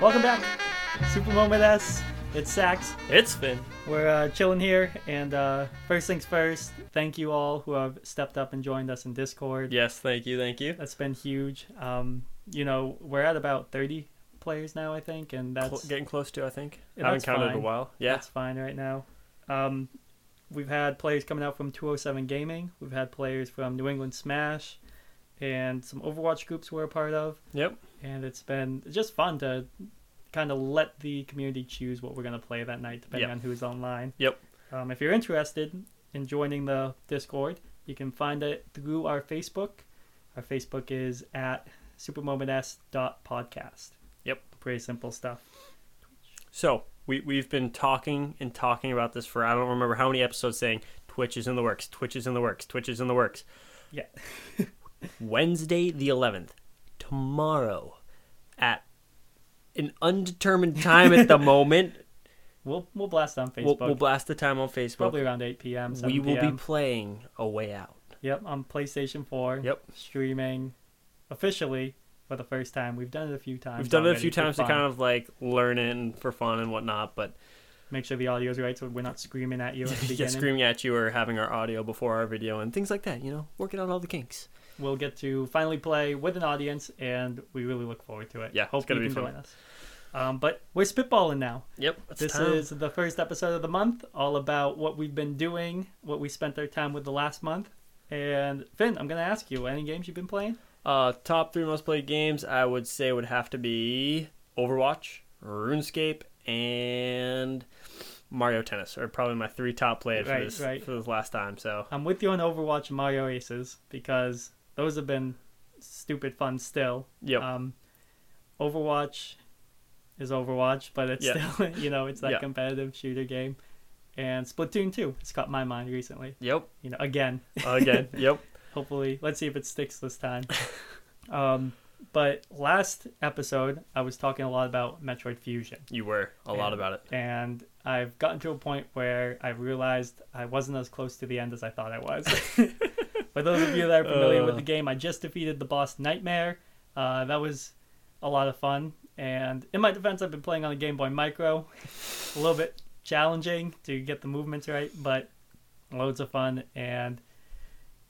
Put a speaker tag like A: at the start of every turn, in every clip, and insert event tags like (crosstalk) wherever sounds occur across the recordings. A: Welcome back, Super Moment S. It's Sax.
B: It's Finn.
A: We're uh, chilling here, and uh, first things first, thank you all who have stepped up and joined us in Discord.
B: Yes, thank you, thank you.
A: That's been huge. Um, you know, we're at about 30 players now, I think, and that's
B: Cl- getting close to, I think.
A: Yeah,
B: Haven't
A: that's
B: counted in
A: fine.
B: a while. Yeah.
A: that's fine right now. Um, we've had players coming out from 207 Gaming. We've had players from New England Smash, and some Overwatch groups we're a part of.
B: Yep.
A: and it's been just fun to kind of let the community choose what we're going to play that night depending
B: Yep.
A: on who's online
B: Yep.
A: um, if you're interested in joining the discord you can find it through our facebook our facebook is at supermomentS.podcast
B: Yep.
A: pretty simple stuff
B: So we we've been talking and talking about this for I don't remember how many episodes saying Twitch is in the works, Twitch is in the works, Twitch is in the works.
A: Yeah. (laughs)
B: Wednesday the eleventh, tomorrow, at an undetermined time
A: (laughs)
B: at the moment.
A: we'll we'll blast on facebook
B: We'll, we'll blast the time on Facebook.
A: probably around 8 p.m 7
B: we will be
A: p.m.
B: playing A Way Out.
A: Yep, on PlayStation 4.
B: Yep.
A: Streaming officially for the first time. We've done it a few times.
B: We've done it a
A: already
B: few
A: for
B: times to
A: fun.
B: kind of like learn it and for fun and whatnot, but
A: make sure the audio's right so we're not screaming at you
B: (laughs)
A: at the
B: yeah,
A: beginning.
B: screaming at you or having our audio before our video and things like that. You know, working out all the kinks.
A: We'll get to finally play with an audience, and we really look forward to it.
B: Yeah, it's
A: hope
B: gonna
A: you
B: be
A: can
B: fun.
A: join us. Um, but we're spitballing now.
B: Yep.
A: this is the first episode of the month, all about what we've been doing, what we spent our time with the last month. And Finn, I'm gonna ask you, any games you've been playing?
B: uh, top three most played games. I would say would have to be Overwatch, RuneScape, and Mario Tennis are probably my three top played
A: Right,
B: for this
A: right.
B: for this last time. So
A: I'm with you on Overwatch and Mario Aces because those have been stupid fun still.
B: yep,
A: Um, Overwatch is Overwatch, but it's
B: Yeah.
A: still (laughs) you know it's that
B: Yeah.
A: competitive shooter game. And Splatoon 2, it's caught my mind recently.
B: yep,
A: You know,
B: (laughs)
A: again,
B: again, yep,
A: hopefully, let's see if it sticks this time. um, but last episode, I was talking a lot about Metroid Fusion,
B: you were a lot about it.
A: and I've gotten to a point where I realized I wasn't as close to the end as I thought I was. For those of you that are familiar with
B: Uh.
A: the game, I just defeated the boss Nightmare. Uh, that was a lot of fun. And in my defense, I've been playing on a Game Boy Micro. a little bit challenging to get the movements right, but loads of fun. And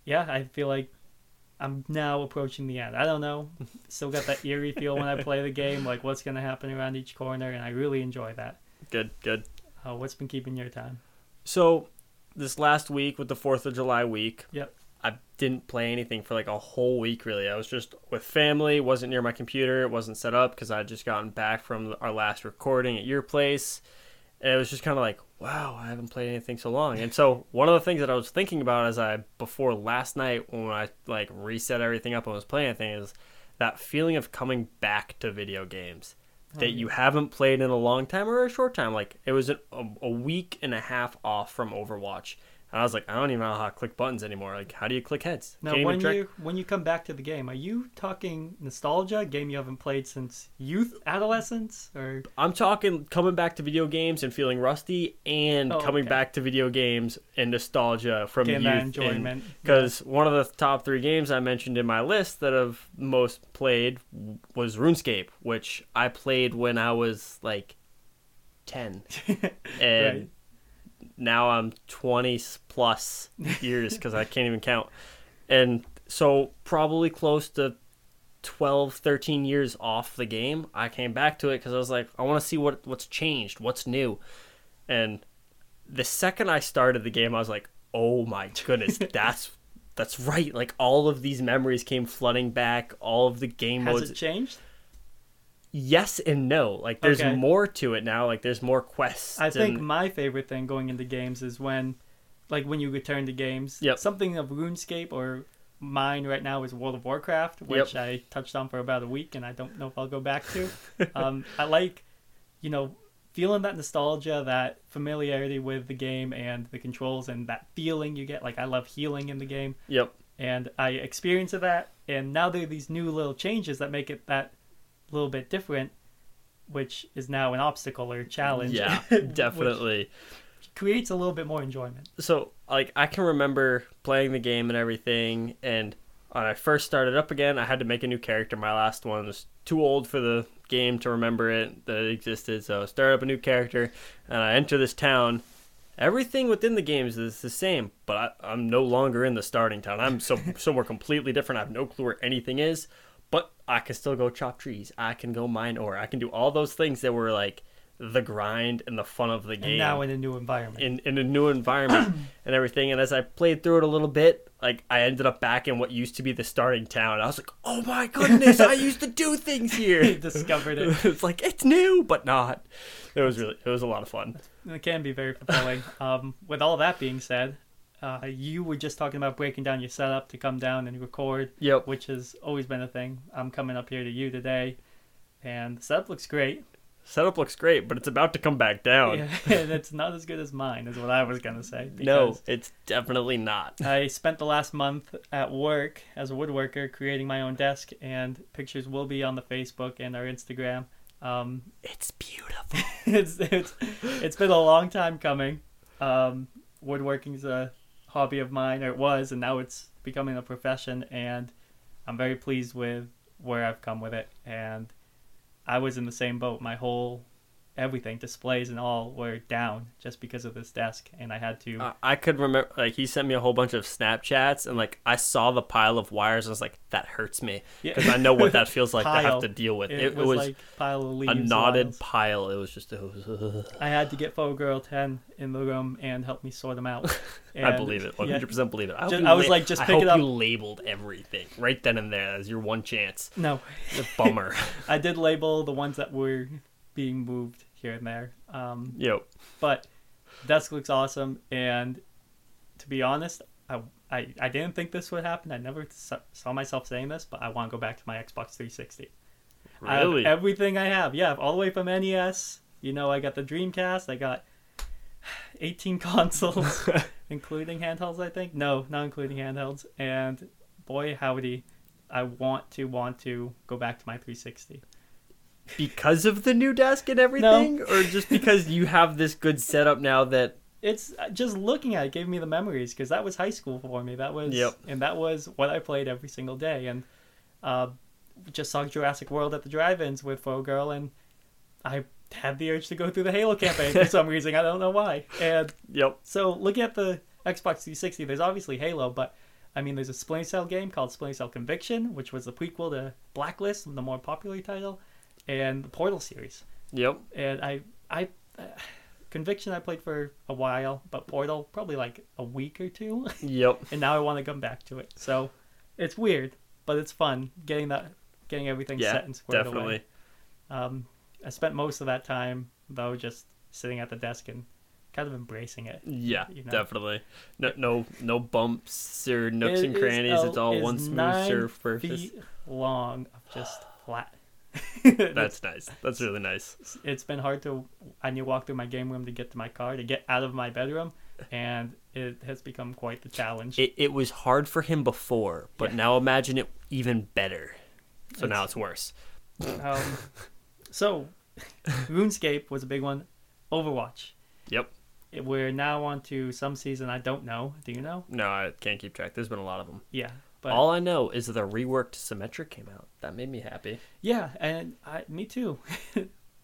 A: yeah, I feel like I'm now approaching the end. I don't know. Still got that eerie feel when I play the game, like what's going to happen around each corner. And I really enjoy that.
B: Good, good.
A: Uh, what's been keeping your time?
B: So this last week with the Fourth of July week,
A: Yep.
B: I didn't play anything for like a whole week really. I was just with family, wasn't near my computer, it wasn't set up because I had just gotten back from our last recording at your place. And it was just kind of like, wow, I haven't played anything so long. And so one of the things that I was thinking about as I before last night when I like reset everything up and was playing anything is that feeling of coming back to video games that you haven't played in a long time or a short time. Like it was a, a, a week and a half off from Overwatch. And I was like, I don't even know how to click buttons anymore. Like, how do you click heads?
A: Now,
B: Can't even
A: when
B: track-
A: you when you come back to the game, are you talking nostalgia, a game you haven't played since youth, adolescence, or
B: I'm talking coming back to video games and feeling rusty, and
A: Oh,
B: coming
A: okay.
B: back to video games and nostalgia from
A: Getting
B: youth.
A: that enjoyment,
B: Because one of the top three games I mentioned in my list that I've most played was RuneScape, which I played when I was like ten, and
A: Right.
B: now I'm twenty plus years because I can't even count, and so probably close to 12 13 years off the game i came back to it because i was like i want to see what what's changed what's new and the second i started the game i was like oh
A: (laughs)
B: my goodness that's that's right like all of these memories came flooding back all of the game
A: has
B: modes
A: it changed?
B: yes and no like there's
A: Okay.
B: more to it now like there's more quests
A: I think
B: and-
A: my favorite thing going into games is when, like, when you return to games.
B: Yep.
A: Something of RuneScape or mine right now is World of Warcraft, which I touched on for about a week, and I don't know if I'll go back
B: (laughs)
A: to. um, I like, you know, feeling that nostalgia, that familiarity with the game and the controls, and that feeling you get. Like, I love healing in the game
B: yep
A: and I experienced that. And now there are these new little changes that make it that little bit different, which is now an obstacle or challenge.
B: yeah
A: (laughs) which
B: definitely
A: creates a little bit more enjoyment.
B: so like I can remember playing the game and everything, and When I first started up again, I had to make a new character. My last one was too old for the game to remember it that it existed, so I started up a new character, and I enter this town. Everything within the games is the same, but I, I'm no longer in the starting town.
A: (laughs)
B: I'm so, somewhere completely different. I have no clue where anything is, but I can still go chop trees. I can go mine ore. I can do all those things that were like the grind and the fun of the game
A: And now in a new environment.
B: in, in a
A: (clears throat)
B: new environment and everything. And as I played through it a little bit, like I ended up back in what used to be the starting town. I was like, oh my goodness, I used to do
A: (laughs)
B: things here.
A: discovered it.
B: (laughs) it's like it's new, but not. It was really, it was a lot of fun.
A: It can be very fulfilling. um, with all that being said, uh, you were just talking about breaking down your setup to come down and record,
B: Yep.
A: which has always been a thing. I'm coming up here to you today, and the setup looks great.
B: Setup looks great, but it's about to come back down.
A: Yeah, (laughs) and it's not as good as mine, is what I was gonna say.
B: no,
A: because
B: it's definitely not.
A: I spent the last month at work as a woodworker creating my own desk, and pictures will be on the Facebook and our Instagram. Um, (laughs)
B: It's beautiful.
A: it's it's it's been a long time coming. Um, woodworking's a hobby of mine, or it was, and now it's becoming a profession. And I'm very pleased with where I've come with it. And I was in the same boat. My whole everything, displays and all, were down just because of this desk, and I had to.
B: I- I could remember, like, he sent me a whole bunch of Snapchats, and, like, I saw the pile of wires. And I was like, that hurts me.
A: Yeah.
B: Because I
A: (laughs)
B: know what that feels like to
A: Pile.
B: have to deal with.
A: it, was, like pile of leaves.
B: a knotted
A: wiles.
B: pile. It was just, it was,
A: I had to get Faux Girl Ten in the room and help me sort them out.
B: (laughs) (laughs) I
A: And-
B: believe it. One
A: yeah.
B: hundred percent believe it. I, hope
A: Ju-
B: you
A: I was like, just
B: I
A: pick
B: hope
A: it up.
B: You labeled everything right then and there. That was your
A: (laughs)
B: one chance.
A: No,
B: The bummer. (laughs)
A: I did label the ones that were being moved here and there. Um,
B: Yo,
A: but desk looks awesome, and to be honest, I, I I didn't think this would happen. I never s- saw myself saying this, but I want to go back to my Xbox 360. I have
B: really?
A: everything I have, yeah, all the way from NES. You know, I got the Dreamcast. I got (sighs) 18 (laughs) consoles, including handhelds. I think no, not including handhelds. And boy, howdy, I want to want to go back to my 360.
B: because of the new desk and everything, or just because you have this good setup now that
A: it's uh, just looking at it gave me the memories because that was high school for me. That was
B: Yep.
A: and that was what I played every single day. And uh, just saw Jurassic World at the drive-ins with Faux Girl, and I had the urge to go through the Halo campaign for some reason. I don't know why. And
B: yep,
A: so looking at the Xbox 360, there's obviously Halo, but I mean, there's a Splinter Cell game called Splinter Cell Conviction, which was the prequel to Blacklist, the more popular title, and the Portal series
B: yep.
A: and I I uh, Conviction I played for a while, but Portal probably like a week or two, (laughs)
B: Yep.
A: and now I want to come back to it. So it's weird, but it's fun getting that getting everything
B: Yeah,
A: set and squared
B: definitely.
A: away. Um, I spent most of that time though just sitting at the desk and kind of embracing it.
B: Yeah,
A: You know.
B: definitely. No, no, no bumps or nooks
A: It
B: and
A: is
B: crannies.
A: a-
B: it's all
A: is
B: one smooth
A: nine
B: surf surface.
A: Feet long of just flat. (laughs)
B: That's nice. That's really nice.
A: it's- it's been hard to I need to walk through my game room to get to my car to get out of my bedroom, and it has become quite the challenge.
B: It it was hard for him before, but
A: Yeah.
B: now imagine it even better. So
A: It's-
B: now it's worse.
A: Um, so, RuneScape was a big one. Overwatch.
B: Yep.
A: It- We're now on to some season I don't know. Do you know?
B: No, I can't keep track. There's been a lot of them.
A: Yeah, but
B: All I know is that the reworked Symmetric came out. That made me happy.
A: yeah, and I, me too. (laughs)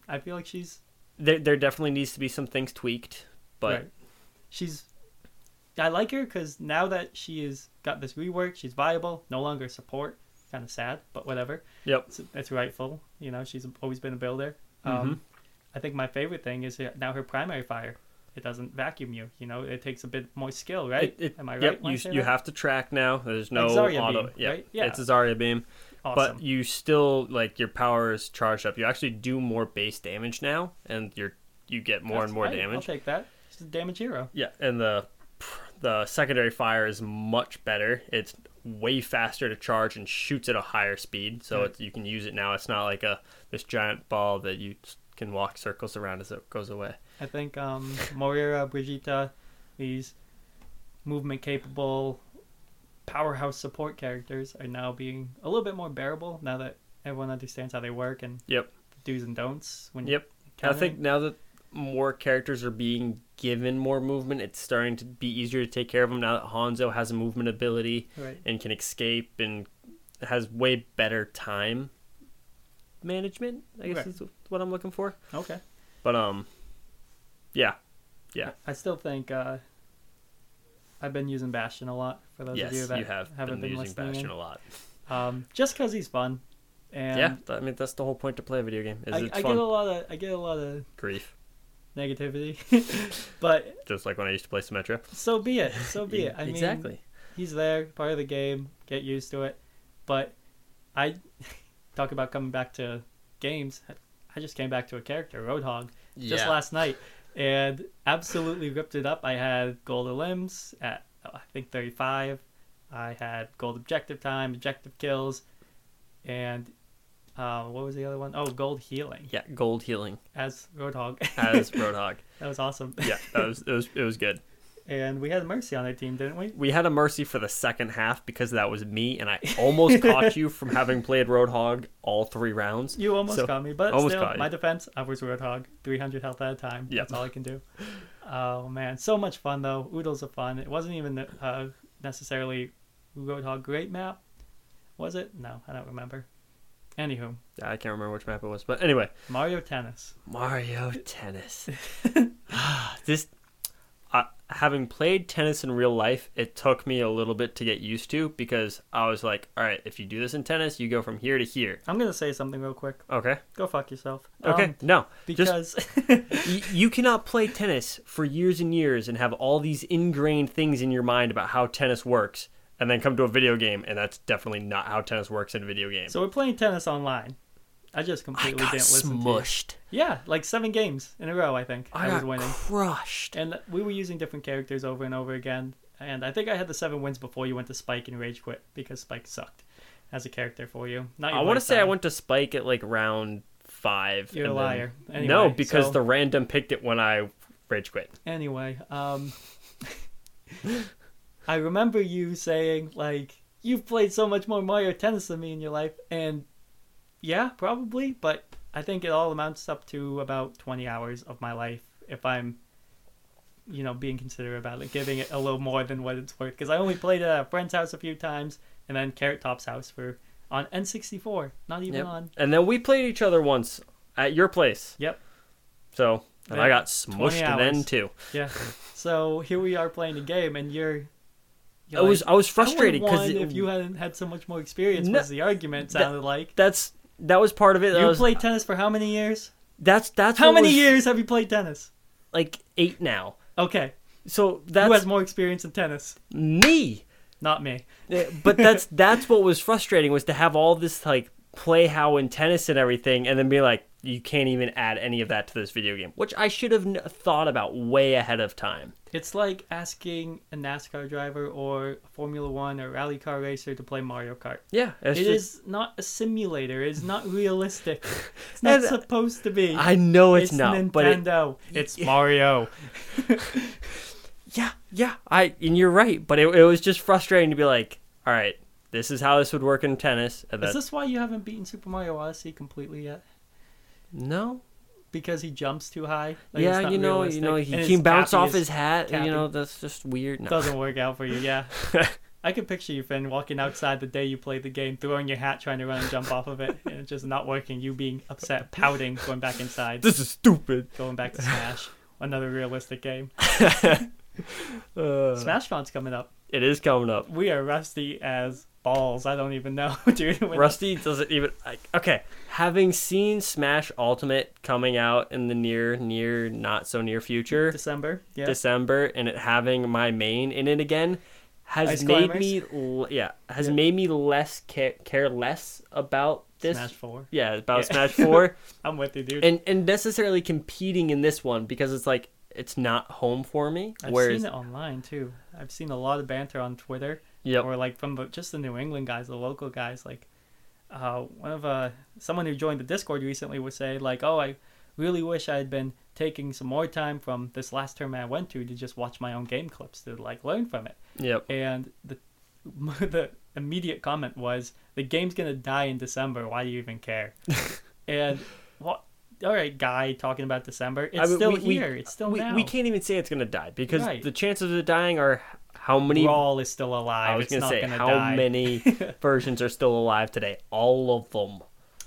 A: I feel like she's
B: There, there definitely needs to be some things tweaked, but
A: Right. she's I like her because now that she has got this rework, she's viable, no longer support. Kind of sad, but whatever.
B: yep,
A: it's, it's rightful. uh, You know, she's always been a builder. Um,
B: Mm-hmm.
A: I think my favorite thing is that now her primary fire. It doesn't vacuum you. You know, it takes a bit more skill, right?
B: It- it-
A: Am I right?
B: yep.
A: when I
B: You,
A: say
B: you
A: that?
B: have to track now. There's no
A: Zarya
B: auto.
A: beam,
B: yeah,
A: right? Yeah.
B: it's a Zarya beam,
A: awesome.
B: but you still like your power is charged up. You actually do more base damage now, and you're you get more and
A: That's
B: more
A: right.
B: damage.
A: I'll take that. She's a damage hero.
B: Yeah, and the the secondary fire is much better. It's way faster to charge and shoots at a higher speed, so
A: Hmm.
B: it's, you can use it now. It's not like a this giant ball that you s- can walk circles around as it goes away.
A: I think um, Moira, Brigitta, these movement capable powerhouse support characters are now being a little bit more bearable now that everyone understands how they work and
B: Yep.
A: do's and don'ts. When
B: Yep. I
A: countering.
B: think now that more characters are being given more movement, it's starting to be easier to take care of him now that Hanzo has a movement ability
A: Right.
B: and can escape and has way better time management. I guess
A: Right.
B: is what I'm looking for.
A: Okay.
B: But um, yeah, Yeah.
A: I still think uh, I've been using Bastion a lot for those
B: yes,
A: of you that
B: you have
A: haven't
B: been,
A: been,
B: using
A: listening.
B: Bastion
A: in.
B: a lot.
A: Um, just because he's fun. And
B: yeah, th- I mean that's the whole point to play a video game. Is
A: I,
B: it's
A: I get
B: fun
A: a lot of I get a lot of
B: grief,
A: negativity, (laughs) but
B: just like when I used to play Symmetra. E,
A: so be it. So be it. I mean,
B: exactly.
A: he's there, part of the game. Get used to it. But I (laughs) talk about coming back to games. I just came back to a character, Roadhog, just last night, and absolutely ripped it up. I had gold limbs at oh, I think 35. I had gold objective time, objective kills, and uh, what was the other one? Oh, gold healing
B: Yeah, gold healing
A: as Roadhog. (laughs)
B: as Roadhog.
A: that was awesome.
B: Yeah, that was it was it was good.
A: And we had Mercy on our team, didn't we?
B: We had a mercy for the second half because that was me, and I
A: (laughs)
B: almost caught you from having played Roadhog all three rounds.
A: You almost
B: So-
A: caught me, but
B: almost
A: still,
B: caught you.
A: my defense, I was Roadhog, 300 health at a time.
B: Yep.
A: That's all I can do. Oh, man. So much fun, though. Oodles of fun. It wasn't even uh, necessarily Roadhog Great Map, was it? No, I don't remember. Anywho,
B: I can't remember which map it was, but anyway,
A: Mario Tennis.
B: Mario
A: (laughs)
B: Tennis. (sighs) this, I having played tennis in real life, it took me a little bit to get used to because I was like, all right, if you do this in tennis, you go from here to here.
A: I'm going to say something real quick.
B: Okay.
A: Go fuck yourself.
B: Okay.
A: Um,
B: no. Just
A: because (laughs)
B: (laughs) you, you cannot play tennis for years and years and have all these ingrained things in your mind about how tennis works and then come to a video game and that's definitely not how tennis works in a video game.
A: so we're playing tennis online. I just
B: I
A: completely
B: got
A: didn't listen to
B: smushed.
A: you. Yeah, like seven games in a row, I think. I
B: I,
A: was
B: got
A: winning.
B: crushed.
A: And we were using different characters over and over again. And I think I had the seven wins before you went to Spike and Rage Quit because Spike sucked as a character for you. Not your
B: I want to say I
A: lifetime.
B: went to Spike at like round five.
A: You're
B: and
A: a
B: then-
A: liar. Anyway,
B: no, because
A: so-
B: the random picked it when I rage quit.
A: Anyway, um, (laughs) I remember you saying like you've played so much more Mario Tennis than me in your life, and yeah, probably. But I think it all amounts up to about twenty hours of my life if I'm, you know, being considerate about it, giving it a little more than what it's worth. Because I only played at a friend's house a few times, and then Carrot Top's house for on N sixty four, not even
B: Yep.
A: on.
B: And then we played each other once at your place.
A: Yep.
B: So and I
A: Yeah.
B: got smushed then
A: hours.
B: too.
A: Yeah. so here we are playing a game, and you're.
B: I
A: you're like,
B: was I was
A: I would've
B: frustrated because
A: won if you hadn't had so much more experience
B: No,
A: was the argument
B: that-
A: sounded like
B: that's that was part of it. That
A: you
B: was-
A: played tennis for how many years
B: That's that's
A: how
B: what
A: many
B: was,
A: years have you played tennis
B: Like eight now.
A: okay
B: So
A: who
B: that's
A: has more experience in tennis (laughs)
B: me.
A: not me
B: Uh, But that's that's what was frustrating was to have all this like play how in tennis and everything, and then be like, you can't even add any of that to this video game, which I should have kn- thought about way ahead of time.
A: it's like asking a nascar driver or a formula one or rally car racer to play mario kart
B: Yeah,
A: It's
B: it's just,
A: not a simulator it's
B: (laughs)
A: not realistic it's not
B: And-
A: supposed to be
B: (laughs) I know it's, not, but it,
A: nintendo
B: (laughs)
A: it's mario
B: yeah, yeah, I and you're right, but it, it was just frustrating to be like, all right, this is how this would work in tennis, and
A: is
B: that's
A: this why you haven't beaten super mario odyssey completely yet
B: no,
A: because he jumps too high. Like, it's
B: yeah,
A: not
B: you know,
A: realistic.
B: you know,
A: And
B: he can bounce
A: cappy
B: off
A: is-
B: his hat,
A: cappy.
B: you know, that's just weird. No.
A: Doesn't work out for you,
B: (laughs)
A: yeah. I could picture you, Finn, walking outside the day you played the game, throwing your hat, trying to run and jump off of it, and it just not working. You being upset, pouting, going back inside,
B: this is stupid.
A: going back to Smash. Another realistic game.
B: Uh,
A: SmashCon's coming up.
B: it is coming up.
A: We are rusty as balls. I don't even know, (laughs) dude. When-
B: Rusty doesn't even. I, okay, having seen Smash Ultimate coming out in the near, near, not so near future,
A: December. Yeah.
B: December, and it having my main in it again, has
A: Ice
B: made
A: climbers?
B: me, l- yeah, has
A: Yeah.
B: made me less care, care less about this.
A: Smash Four.
B: Yeah, about
A: Yeah. (laughs)
B: Smash Four,
A: I'm with you, dude.
B: and and necessarily competing in this one because it's like it's not home for me.
A: I've
B: whereas,
A: seen it online too. I've seen a lot of banter on Twitter.
B: yep,
A: or like from the, just the New England guys, the local guys. Like uh, one of uh, someone who joined the Discord recently would say like, "Oh, I really wish I had been taking some more time from this last term I went to to just watch my own game clips to like learn from it."
B: yep.
A: And the (laughs) the immediate
B: (laughs)
A: comment was, "The game's gonna die in December. Why do you even care?" and what all right guy talking about December. It's
B: I mean,
A: still
B: we- we-
A: here. it's still
B: we,
A: now.
B: we can't even say it's gonna die because
A: Right.
B: the chances of it dying are how many
A: Rawl is still alive.
B: I was
A: it's
B: gonna
A: not
B: say
A: gonna
B: how
A: die. (laughs)
B: many versions are still alive today. All of them.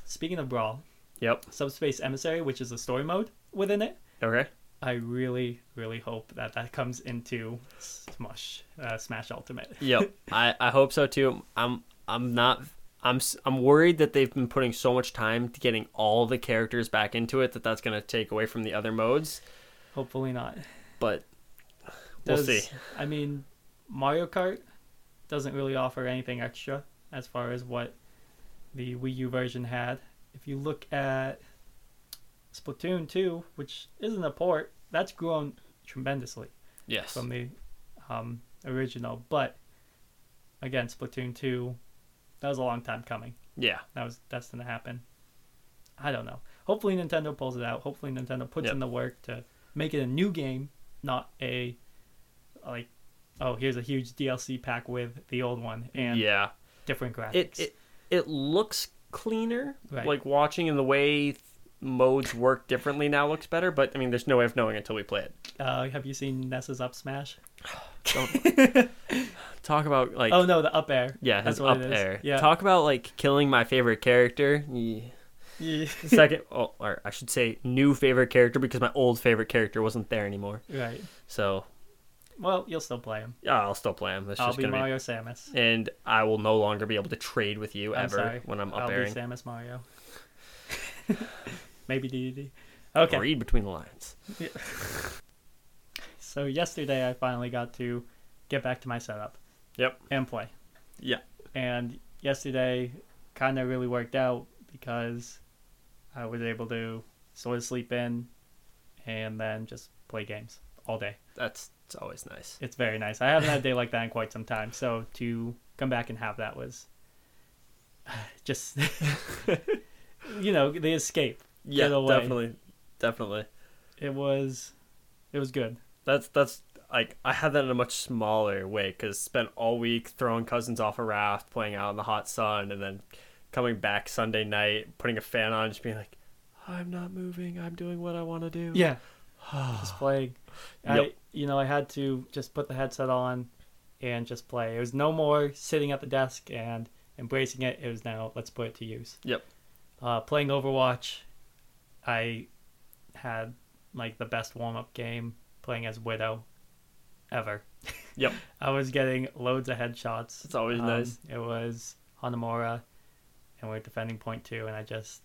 A: Speaking of Brawl,
B: Yep.
A: Subspace Emissary, which is the story mode within it,
B: Okay.
A: I really, really hope that that comes into Smash, uh, Smash Ultimate.
B: Yep. I, I hope so too. I'm I'm not I'm s- I'm worried that they've been putting so much time to getting all the characters back into it that that's gonna take away from the other modes.
A: Hopefully not.
B: But we'll
A: Does-
B: see.
A: I mean, Mario Kart doesn't really offer anything extra as far as what the Wii U version had. If you look at Splatoon 2, which isn't a port, that's grown tremendously
B: Yes.
A: from the um, original. But again, Splatoon 2, that was a long time coming.
B: yeah.
A: That was that's gonna happen. I don't know. Hopefully Nintendo pulls it out. Hopefully Nintendo puts
B: Yep.
A: in the work to make it a new game, not a like oh here's a huge DLC pack with the old one and
B: yeah.
A: different graphics.
B: It it it looks cleaner.
A: Right.
B: Like watching and the way th- modes work differently now looks better. But I mean, there's no way of knowing until we play it.
A: uh, have you seen Nessa's up smash? (laughs)
B: Talk about like
A: Oh no, the up air.
B: Yeah, his
A: that's what
B: up
A: it is.
B: air.
A: Yeah.
B: Talk about like killing my favorite character. Yeah.
A: Yeah.
B: Second, oh, or I should say, new favorite character because my old favorite character wasn't there anymore.
A: (laughs) right.
B: So
A: Well, you'll still play him.
B: yeah, I'll still play him. It's
A: I'll
B: just
A: be
B: gonna
A: Mario Samus.
B: be, and I will no longer be able to trade with you
A: I'm
B: ever
A: sorry.
B: when I'm
A: I'll
B: up airing.
A: be Samus
B: (laughs)
A: Mario. (laughs) Maybe DDD. Okay.
B: Read between the lines.
A: So yesterday I finally got to get back to my setup.
B: Yep.
A: And play.
B: Yeah.
A: And yesterday kind of really worked out because I was able to sort of sleep in and then just play games all day.
B: That's it's always nice.
A: It's very nice. I haven't had a day like that in quite some time. So to come back and have that was (sighs) just, (laughs) you know, the escape.
B: Yeah,
A: Get away.
B: definitely, definitely.
A: It was, it was good.
B: That's that's like I had that in a much smaller way because spent all week throwing cousins off a raft, playing out in the hot sun, and then coming back Sunday night, putting a fan on, just being like, "I'm not moving. I'm doing what I want to (sighs) do."
A: Yeah. (sighs) just playing. I,
B: Yep.
A: you know, I had to just put the headset on and just play. It was no more sitting at the desk and embracing it. It was now, let's put it to use.
B: Yep.
A: Uh, playing Overwatch, I had like the best warm up game playing as Widow ever. (laughs)
B: Yep.
A: I was getting loads of headshots.
B: It's always
A: Um,
B: nice.
A: It was Hanamura, and we are defending point two, and I just,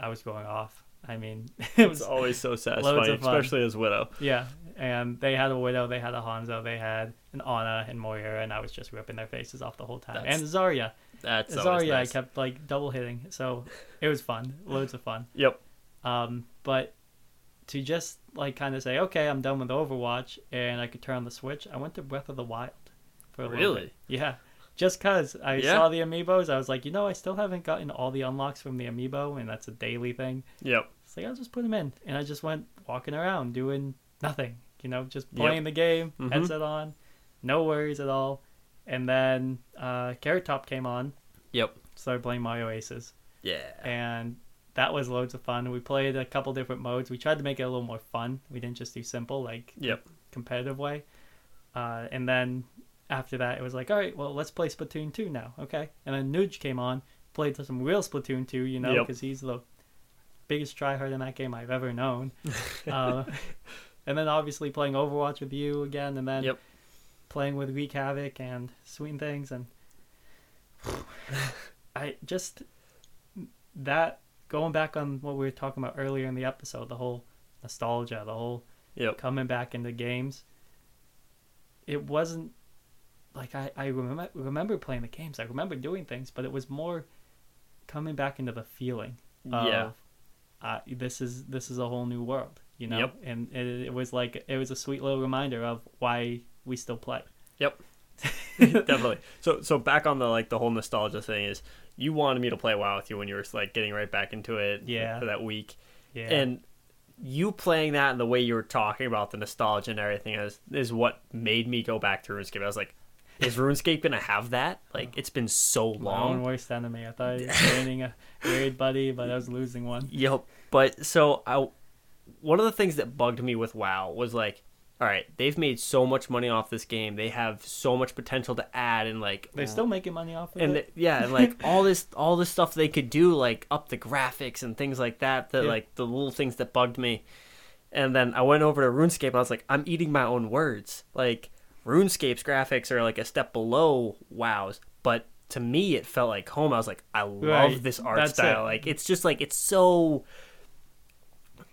A: I was going off. I mean, (laughs) it
B: It's
A: was
B: always
A: (laughs)
B: so
A: loads
B: satisfying,
A: of fun.
B: especially as widow.
A: yeah, and they had a widow, they had a Hanzo, they had an Ana and Moira, and I was just ripping their faces off the whole time.
B: That's-
A: and Zarya,
B: That's always
A: Zarya,
B: nice.
A: I kept like double hitting, so it was fun, loads of fun.
B: Yep.
A: Um, but to just like kind of say, okay, I'm done with Overwatch, and I could turn on the Switch, I went to Breath of the Wild for a little bit.
B: Really?
A: Yeah. Just cause I
B: Yeah.
A: saw the amiibos, I was like, you know, I still haven't gotten all the unlocks from the amiibo, and that's a daily thing.
B: Yep.
A: It's like I'll just put them in, and I just went walking around doing nothing, you know, just playing the game,
B: Mhm.
A: headset on, no worries at all. And then uh, Carrot Top came on,
B: Yep.
A: started playing Mario Aces,
B: Yeah.
A: and that was loads of fun. We played a couple different modes. We tried to make it a little more fun. We didn't just do simple like
B: Yep.
A: competitive way. Uh, and then after that, it was like, all right, well, let's play Splatoon 2 now. Okay. And then Nuge came on, played some real Splatoon 2, you know,
B: Yep.
A: because he's the biggest tryhard in that game I've ever
B: (laughs)
A: known. uh, and then obviously playing Overwatch with you again, and then
B: Yep.
A: playing with Weak Havoc and Sweet Things. And (sighs) I just, that, going back on what we were talking about earlier in the episode, the whole nostalgia, the whole
B: Yep.
A: coming back into games, it wasn't like I, I remember remember playing the games. I remember doing things, but it was more coming back into the feeling of
B: Yeah.
A: uh, this is this is a whole new world, you know.
B: Yep.
A: And it, it was like it was a sweet little reminder of why we still
B: (laughs)
A: play.
B: Yep. definitely. So so back on the like the whole nostalgia thing is you wanted me to play WoW with you when you were like getting right back into it
A: Yeah.
B: for that week.
A: Yeah.
B: and you playing that and the way you were talking about the nostalgia and everything is is what made me go back to RuneScape. I was like,
A: (laughs)
B: is RuneScape gonna have that? Like, it's been
A: my
B: so
A: own
B: long. (laughs)
A: worst enemy. I thought I was gaining a weird buddy, but I was losing one.
B: Yep, But so I, one of the things that bugged me with WoW was like, all right, they've made so much money off this game. They have so much potential to add and like
A: They're still making money off of
B: and
A: it.
B: the- yeah,
A: (laughs)
B: and like all this all this stuff they could do, like up the graphics and things like that. That
A: Yeah.
B: like the little things that bugged me. And then I went over to RuneScape. And I was like, I'm eating my own words. Like RuneScape's graphics are like a step below WoW's, but to me it felt like home. I was like, I love
A: Right,
B: this art
A: that's
B: style.
A: it.
B: Like it's just like it's so.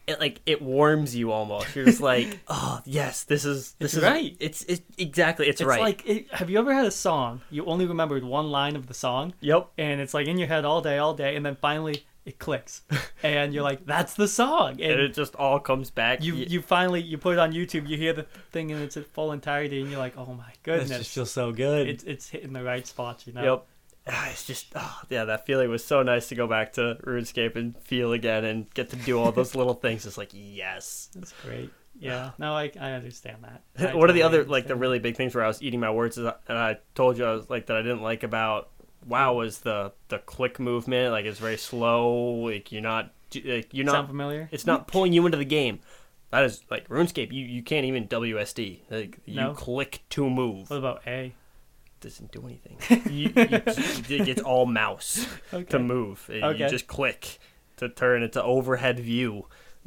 B: It, like it warms you almost. You're
A: (laughs)
B: just like, oh yes, this is this
A: It's
B: is
A: right.
B: It's it, exactly. It's,
A: it's
B: right.
A: like, it, have you ever had a song? You only remembered one line of the song,
B: yep.
A: and it's like in your head all day, all day, and then finally it clicks, (laughs) and you're like, "That's the song."
B: And
A: And
B: it just all comes back.
A: you
B: Y-
A: you finally you put it on YouTube, you hear the thing in its full entirety, and you're like, "Oh my
B: This
A: goodness!"
B: just feels so good.
A: it's it's hitting the right spot, you know.
B: Yep. Ah, It's just, oh, yeah, that feeling was so nice to go back to RuneScape and feel again and get to do all those little things. It's like, yes.
A: That's great. Yeah. No, I I understand that. (laughs)
B: (laughs)
A: I
B: One of
A: totally
B: the other, like, the
A: understand
B: really big things where I was eating my words, is, uh, and I told you I was like that I didn't like about WoW was the the click movement. Like, it's very slow. Like, you're not, like, you're
A: that. Sound
B: not,
A: familiar?
B: it's not pulling you into the game. That is like RuneScape. You you can't even WSD. Like, you
A: No.
B: click to move.
A: What about A?
B: doesn't do anything.
A: (laughs)
B: you, you, it's all mouse
A: Okay.
B: to move. Eh, You
A: Okay.
B: just click to turn it to overhead view. (laughs)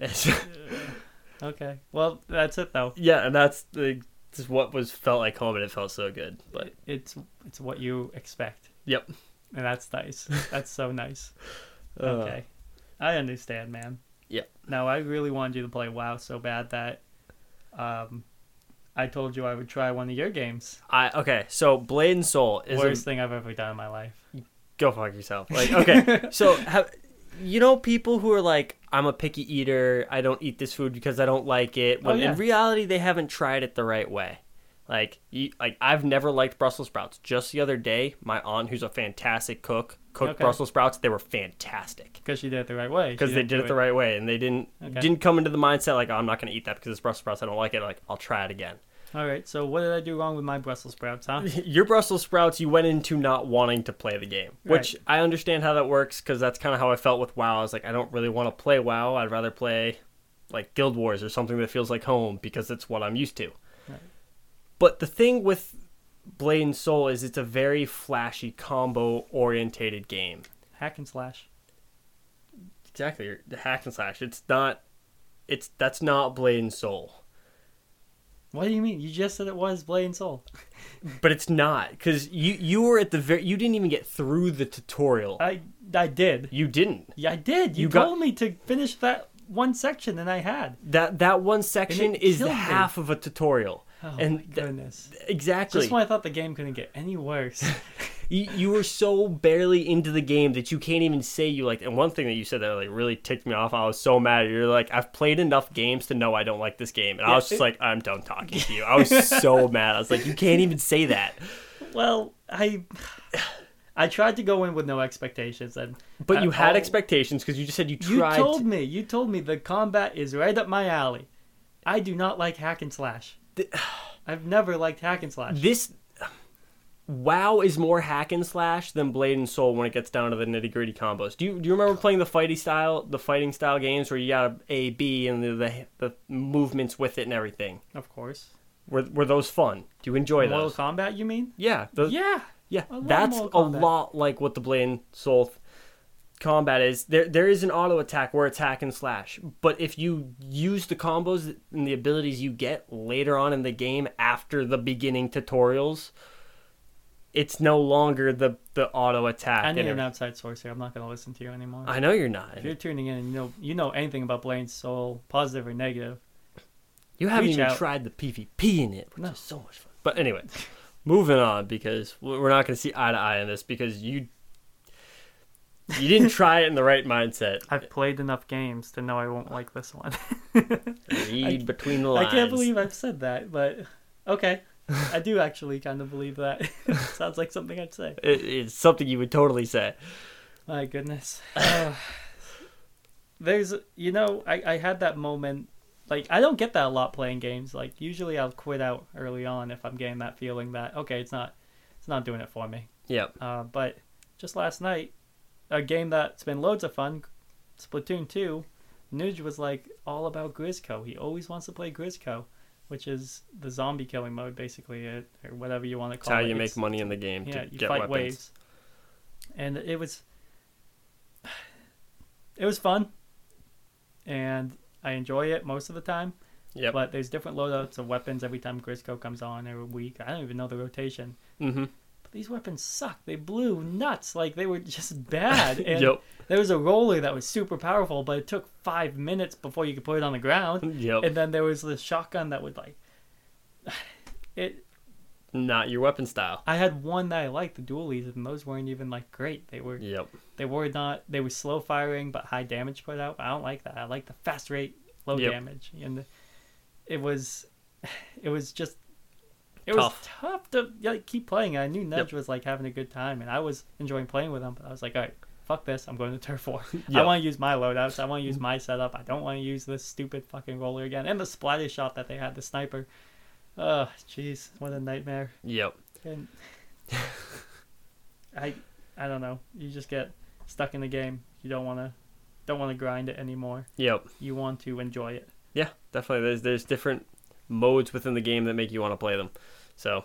A: Okay. Well, that's it though.
B: yeah, and that's the, just what was felt like home, and it felt so good. But
A: It's it's what you expect,
B: yep,
A: and that's
B: (laughs)
A: nice. That's so nice.
B: Uh,
A: Okay. I understand, man.
B: Yeah.
A: No, I really wanted you to play WoW so bad that um I told you I would try one of your games.
B: I okay. So Blade and Soul is a,
A: Worst thing I've ever done in my life.
B: go fuck yourself. Like
A: (laughs)
B: okay, so have, you know people who are like, I'm a picky eater. I don't eat this food because I don't like it. When
A: Oh, yeah.
B: in reality, they haven't tried it the right way. Like you, like I've never liked Brussels sprouts. Just the other day, my aunt, who's a fantastic cook, cooked
A: Okay.
B: Brussels sprouts. They were fantastic
A: Because you did it the right way.
B: because
A: You
B: they
A: didn't
B: did
A: do
B: it the right way, and they didn't
A: Okay.
B: didn't come into the mindset like, oh, I'm not going to eat that because it's Brussels sprouts. I don't like it. Like I'll try it again. (laughs)
A: All right. So what did I do wrong with my Brussels sprouts, huh?
B: your Brussels sprouts, you went into not wanting to play the game, which I understand how that works because that's kind of how I felt with WoW. I was like, I don't really want to play WoW. I'd rather play like Guild Wars or something that feels like home because it's what I'm used to.
A: Right.
B: But the thing with Blade and Soul is it's a very flashy combo orientated game.
A: Hack and slash.
B: Exactly, your- the hack and slash. It's not. It's that's not Blade and Soul.
A: What do you mean? You just said it was Blade and Soul.
B: But it's not because you you were at the very you didn't even get through the tutorial.
A: I I did.
B: you didn't.
A: Yeah, I did. You,
B: You got-
A: told me to finish that one section, and I had.
B: that that one section is
A: killed me.
B: half of a tutorial
A: Oh
B: and
A: my
B: th-
A: goodness!
B: exactly
A: Just when I thought the game couldn't get any worse.
B: you, you were so barely into the game that you can't even say you liked and one thing that you said that like really ticked me off i was so mad you're like i've played enough games to know i don't like this game and i
A: Yeah,
B: was just
A: it-
B: like i'm done talking to you
A: (laughs)
B: i was so mad i was like you can't even say that
A: well, I (sighs) I tried to go in with no expectations, and
B: but
A: and
B: you had
A: all-
B: expectations because you just said you
A: You
B: tried
A: told
B: to-
A: me. You told me the combat is right up my alley. I do not like hack and slash.
B: The-
A: (sighs) I've never liked hack and slash.
B: this WoW is more hack and slash than Blade and Soul when it gets down to the nitty gritty combos. Do you do you remember playing the fighty style, the fighting style games where you got a A B and the, the the movements with it and everything?
A: of course.
B: Were were those fun? Do you enjoy
A: Mortal
B: those?
A: Kombat, you mean?
B: Yeah, those,
A: Yeah.
B: yeah,
A: I love
B: that's a
A: Mortal Kombat.
B: lot like what the Blade and Soul th- combat is. There, there is an auto attack where it's hack and slash, but if you use the combos and the abilities you get later on in the game after the beginning tutorials, it's no longer the the auto attack.
A: I need
B: and
A: an
B: every-
A: outside source here. I'm not going to listen to you anymore.
B: I know you're not.
A: if you're tuning in, and you know you know anything about Blaine's soul, positive or negative.
B: You haven't
A: reach
B: even
A: out.
B: tried the PvP in it, which
A: No.
B: is so much fun. But anyway, (laughs) moving on because we're we're not going to see eye to eye on this because you.
A: (laughs)
B: You didn't try it in the right mindset.
A: I've played enough games to know I won't like this one.
B: Read between the
A: I
B: lines.
A: can't believe I've said that, but (laughs) okay. I do actually kind of believe that. (laughs) Sounds like something I'd say.
B: It- it's something you would totally say.
A: My (sighs) goodness. Ugh. There's, you know, I, I had that moment. Like, I don't get that a lot playing games. Like, usually I'll quit out early on if I'm getting that feeling that, okay, it's not, it's not doing it for me.
B: Yep.
A: Uh, but just last night, a game that's been loads of fun, Splatoon 2, Nuge was like all about Grisco. He always wants to play Grisco, which is the zombie killing mode, basically, it, or whatever you want to
B: It's
A: call
B: how
A: it.
B: you
A: It's-
B: make money in the game
A: yeah,
B: to
A: you
B: get
A: fight
B: weapons.
A: waves. And it was (sighs) it was fun. And I enjoy it most of the time.
B: Yep.
A: But there's different loadouts of weapons every time Grisco comes on every week. I don't even know the rotation.
B: mm-hmm.
A: But these weapons suck. They blew nuts. Like they were just
B: (laughs)
A: bad. And
B: Yep.
A: there was a roller that was super powerful, but it took five minutes before you could put it on the ground.
B: Yep.
A: And then there was the shotgun that would like (sighs) it
B: Not your weapon style.
A: I had one that I liked, the dualies, and those weren't even like great. They were
B: Yep.
A: they were not they were slow firing but high damage put out. I don't like that. I like the fast rate, low
B: Yep.
A: damage, and it was (sighs) it was just it
B: Tough.
A: was tough to like, keep playing. I knew Nudge
B: Yep.
A: was like having a good time, and I was enjoying playing with him. But I was like, all right, fuck this. I'm going to turf war. (laughs) I
B: Yep. Mm-hmm.
A: want to use my loadouts. I want to use my setup. I don't want to use this stupid fucking roller again. And the splatter shot that they had, the sniper. Oh, jeez, what a nightmare.
B: Yep.
A: And I I don't know. You just get stuck in the game. You don't wanna don't wanna grind it anymore.
B: Yep.
A: You want to enjoy it.
B: Yeah, definitely. There's there's different modes within the game that make you want to play them. So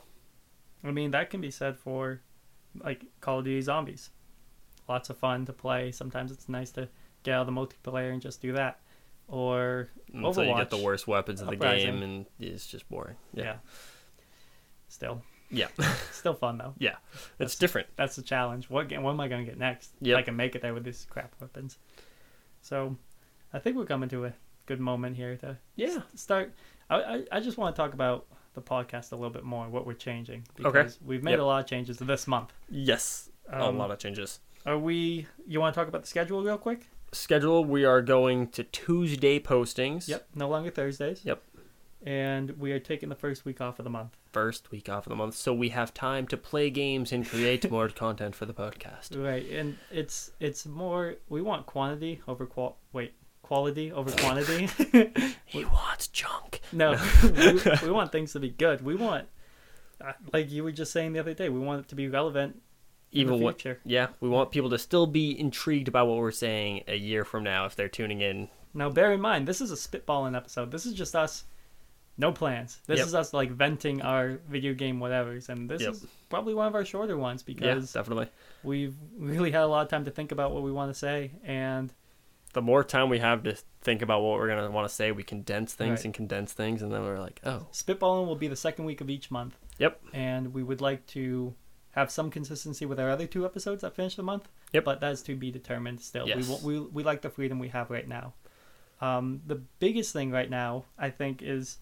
A: I mean that can be said for like Call of Duty zombies. Lots of fun to play. Sometimes it's nice to get out of the multiplayer and just do that. Or
B: until you get the
A: Overwatch.
B: worst weapons of the
A: Uprising.
B: game, and it's just boring. Yeah.
A: yeah. Still.
B: Yeah.
A: Still fun though.
B: Yeah. It's different.
A: that's the challenge. What game, what am I going to get next?
B: Yep.
A: I can make it there with these crap weapons. So, I think we're coming to a good moment here to
B: Yeah.
A: s- start. I, I, I just want to talk about the podcast a little bit more, what we're changing.
B: Okay.
A: Because we've made
B: Yep.
A: a lot of changes this month.
B: Yes. a
A: Um,
B: lot of changes.
A: Are we, you want to talk about the schedule real quick?
B: Schedule. We are going to Tuesday postings.
A: Yep. No longer Thursdays.
B: Yep.
A: And we are taking the first week off of the month.
B: First week off of the month, so we have time to play games and
A: (laughs)
B: create more content for the podcast.
A: Right. And it's, it's more, we want quantity over qual, wait, quality over quantity.
B: He wants junk.
A: No, we, we want things to be good. We want, uh, like you were just saying the other day, we want it to be relevant.
B: Even
A: the
B: what?
A: future.
B: Yeah, we want people to still be intrigued by what we're saying a year from now if they're tuning in.
A: Now, bear in mind, this is a spitballing episode. This is just us, no plans. This
B: Yep.
A: is us like venting our video game whatever's, and this
B: Yep.
A: is probably one of our shorter ones
B: Yeah,
A: because
B: definitely.
A: we've (laughs) really had a lot of time to think about what we want to say, and
B: the more time we have to think about what we're gonna want to say, we condense things
A: Right.
B: and condense things, and then we're like, oh,
A: spitballing will be the second week of each month.
B: Yep.
A: And we would like to have some consistency with our other two episodes that finish the month.
B: Yep.
A: But that's to be determined still.
B: Yes.
A: We, wa- we, we like the freedom we have right now. Um, the biggest thing right now, I think, is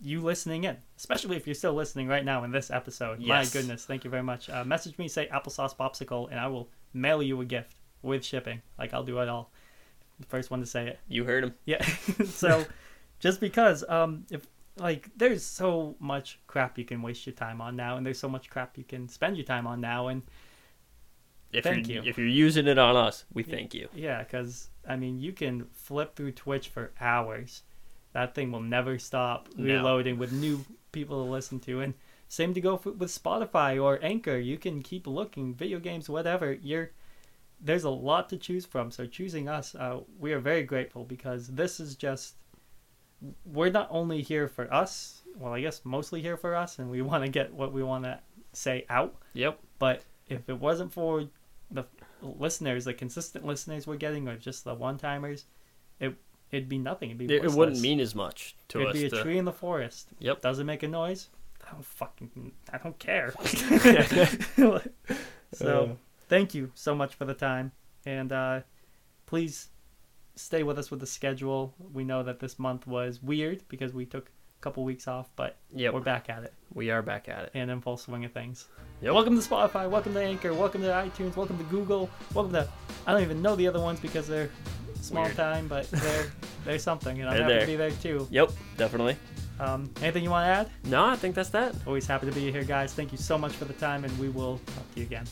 A: you listening in, especially if you're still listening right now in this episode.
B: Yes.
A: My goodness. Thank you very much. Uh, message me, say applesauce popsicle, and I will mail you a gift with shipping. Like, I'll do it all. The first one to say it.
B: you heard him.
A: Yeah. (laughs) so just because um if like there's so much crap you can waste your time on now and there's so much crap you can spend your time on now and
B: If
A: Thank
B: you're,
A: you.
B: If you're using it on us, we thank you.
A: yeah cuz I mean you can flip through Twitch for hours. That thing will never stop
B: No.
A: reloading with new people to listen to and same to go for, with Spotify or Anchor. You can keep looking video games whatever. You're there's a lot to choose from. So choosing us, uh, we are very grateful because this is just we're not only here for us. Well, I guess mostly here for us, and we (laughs) want to get what we want to say out.
B: Yep.
A: But if it wasn't for the listeners, the consistent listeners we're getting, or just the one timers, it it'd be nothing. It'd be
B: It, it
A: worthless.
B: wouldn't mean as much to
A: It'd
B: us.
A: be a
B: to-
A: tree in the forest.
B: Yep.
A: Does it make a noise? I don't fucking. I don't
B: (laughs)
A: care. so, thank you so much for the time, and uh, please stay with us with the schedule. We know that this month was weird because we took a couple weeks off, but
B: Yep.
A: we're back at it
B: We are back at it.
A: and in full swing of things.
B: Yep.
A: Welcome to Spotify. Welcome to Anchor. Welcome to iTunes. Welcome to Google. Welcome to. I don't even know the other ones because they're small
B: Weird.
A: time, but
B: (laughs)
A: they're they're something, and I'm
B: They're
A: happy
B: there.
A: to be there too.
B: Yep. Definitely.
A: Um, anything you want to add?
B: No, I think that's that.
A: Always happy to be here, guys. Thank you so much for the time, and we will talk to you again.